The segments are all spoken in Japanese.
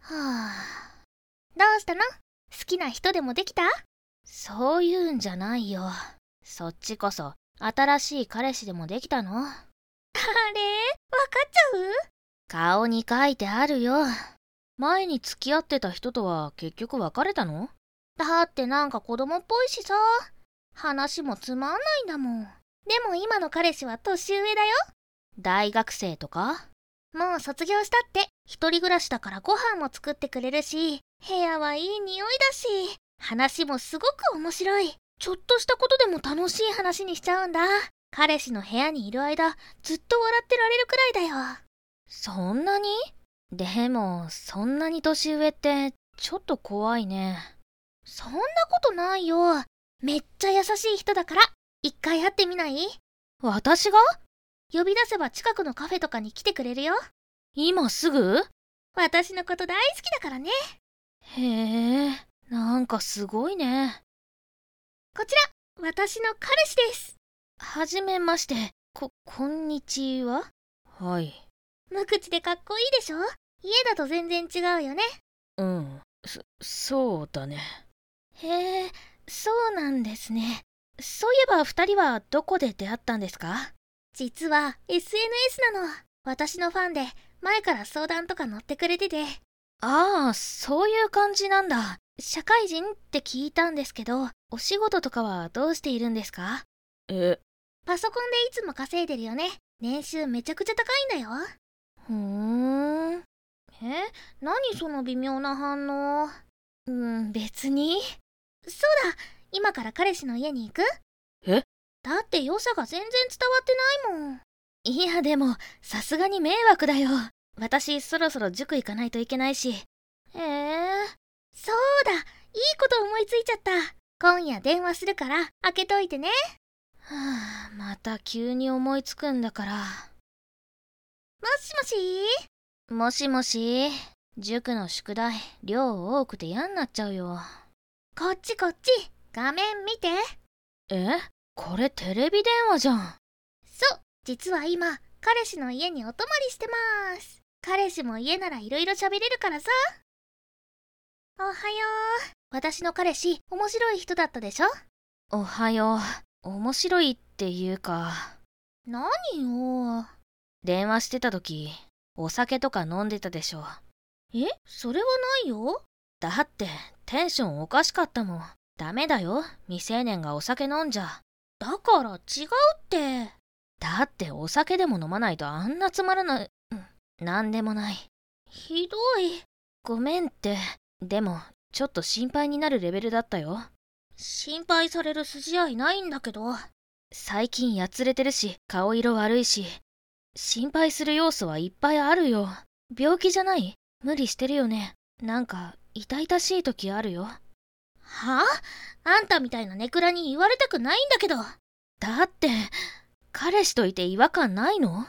はあ。どうしたの好きな人でもできたそういうんじゃないよ。そっちこそ、新しい彼氏でもできたのあれわかっちゃう顔に書いてあるよ。前に付き合ってた人とは結局別れたのだってなんか子供っぽいしさ話もつまんないんだもんでも今の彼氏は年上だよ大学生とかもう卒業したって一人暮らしだからご飯も作ってくれるし部屋はいい匂いだし話もすごく面白いちょっとしたことでも楽しい話にしちゃうんだ彼氏の部屋にいる間ずっと笑ってられるくらいだよそんなにでも、そんなに年上って、ちょっと怖いね。そんなことないよ。めっちゃ優しい人だから、一回会ってみない私が呼び出せば近くのカフェとかに来てくれるよ。今すぐ私のこと大好きだからね。へえ、なんかすごいね。こちら、私の彼氏です。はじめまして、こ、こんにちははい。無口でかっこいいでしょ家だと全然違うよねうんそそうだねへえそうなんですねそういえば2人はどこで出会ったんですか実は SNS なの私のファンで前から相談とか乗ってくれててああそういう感じなんだ社会人って聞いたんですけどお仕事とかはどうしているんですかえパソコンでいつも稼いでるよね年収めちゃくちゃ高いんだよふーん。え何その微妙な反応うん、別に。そうだ今から彼氏の家に行くえだって良さが全然伝わってないもん。いやでも、さすがに迷惑だよ。私そろそろ塾行かないといけないし。えー、そうだいいこと思いついちゃった。今夜電話するから開けといてね。はあ、また急に思いつくんだから。もしもしもしもし。塾の宿題、量多くて嫌になっちゃうよ。こっちこっち。画面見て。えこれテレビ電話じゃん。そう。実は今、彼氏の家にお泊まりしてます。彼氏も家なら色々喋れるからさ。おはよう。私の彼氏、面白い人だったでしょおはよう。面白いっていうか。何よ。電話してた時お酒とか飲んでたでしょえそれはないよだってテンションおかしかったもんダメだよ未成年がお酒飲んじゃだから違うってだってお酒でも飲まないとあんなつまらない、うん、なんでもないひどいごめんってでもちょっと心配になるレベルだったよ心配される筋合いないんだけど最近やつれてるし顔色悪いし心配する要素はいっぱいあるよ。病気じゃない無理してるよね。なんか、痛々しい時あるよ。はああんたみたいなネクラに言われたくないんだけど。だって、彼氏といて違和感ないの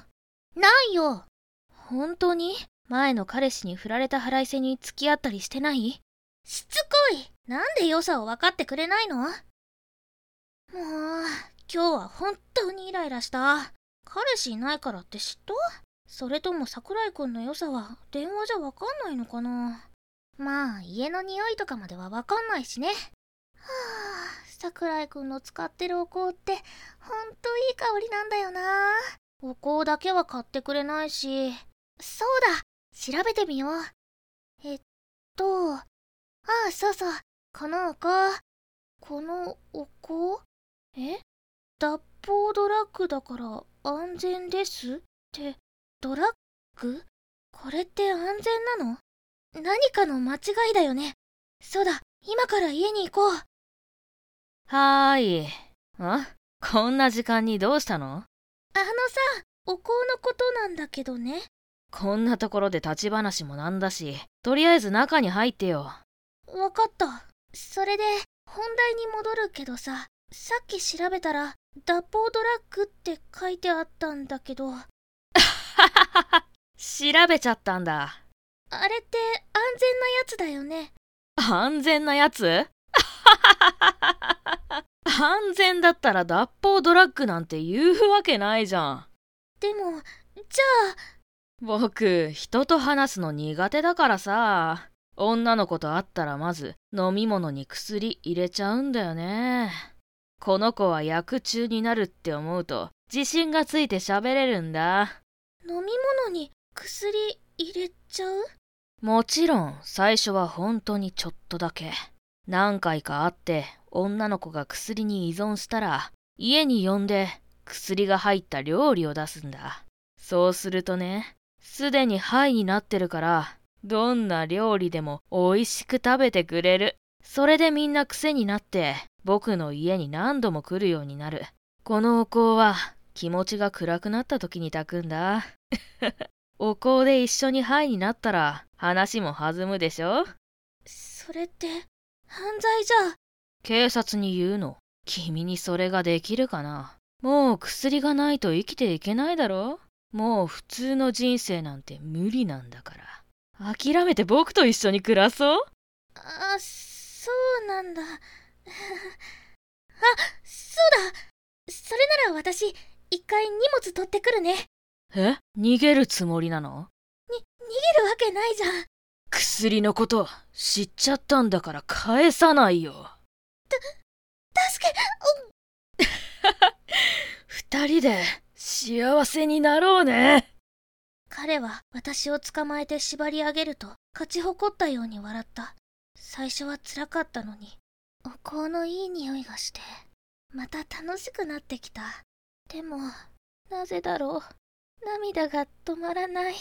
ないよ。本当に前の彼氏に振られた腹いせに付き合ったりしてないしつこいなんで良さを分かってくれないのもう、今日は本当にイライラした。彼氏いないからって嫉妬それとも桜井くんの良さは電話じゃわかんないのかなまあ家の匂いとかまではわかんないしねはあ桜井くんの使ってるお香ってほんといい香りなんだよなお香だけは買ってくれないしそうだ調べてみようえっとああそうそうこのお香このお香え脱法ドラッグだから安全ですってドラッグこれって安全なの何かの間違いだよねそうだ今から家に行こうはーいあこんな時間にどうしたのあのさお香のことなんだけどねこんなところで立ち話もなんだしとりあえず中に入ってよわかったそれで本題に戻るけどささっき調べたら脱法ドラッグって書いてあったんだけど調べちゃったんだあれって安全なやつだよね安全なやつ 安全だったら脱法ドラッグなんて言うわけないじゃんでもじゃあ僕人と話すの苦手だからさ女の子と会ったらまず飲み物に薬入れちゃうんだよね。この子は役中になるって思うと自信がついて喋れるんだ。飲み物に薬入れちゃうもちろん最初は本当にちょっとだけ。何回か会って女の子が薬に依存したら家に呼んで薬が入った料理を出すんだ。そうするとね、すでに灰になってるからどんな料理でも美味しく食べてくれる。それでみんな癖になって僕の家に何度も来るようになる。このお香は気持ちが暗くなった時に炊くんだ。 お香で一緒にハイになったら話も弾むでしょそれって犯罪じゃ警察に言うの。君にそれができるかなもう薬がないと生きていけないだろもう普通の人生なんて無理なんだから。諦めて僕と一緒に暮らそうあそうなんだ あそうだそれなら私一回荷物取ってくるねえ逃げるつもりなの逃げるわけないじゃん薬のこと知っちゃったんだから返さないよ。助け二人で幸せになろうね。彼は私を捕まえて縛り上げると勝ち誇ったように笑った最初は辛かったのにお香のいい匂いがしてまた楽しくなってきたでもなぜだろう涙が止まらない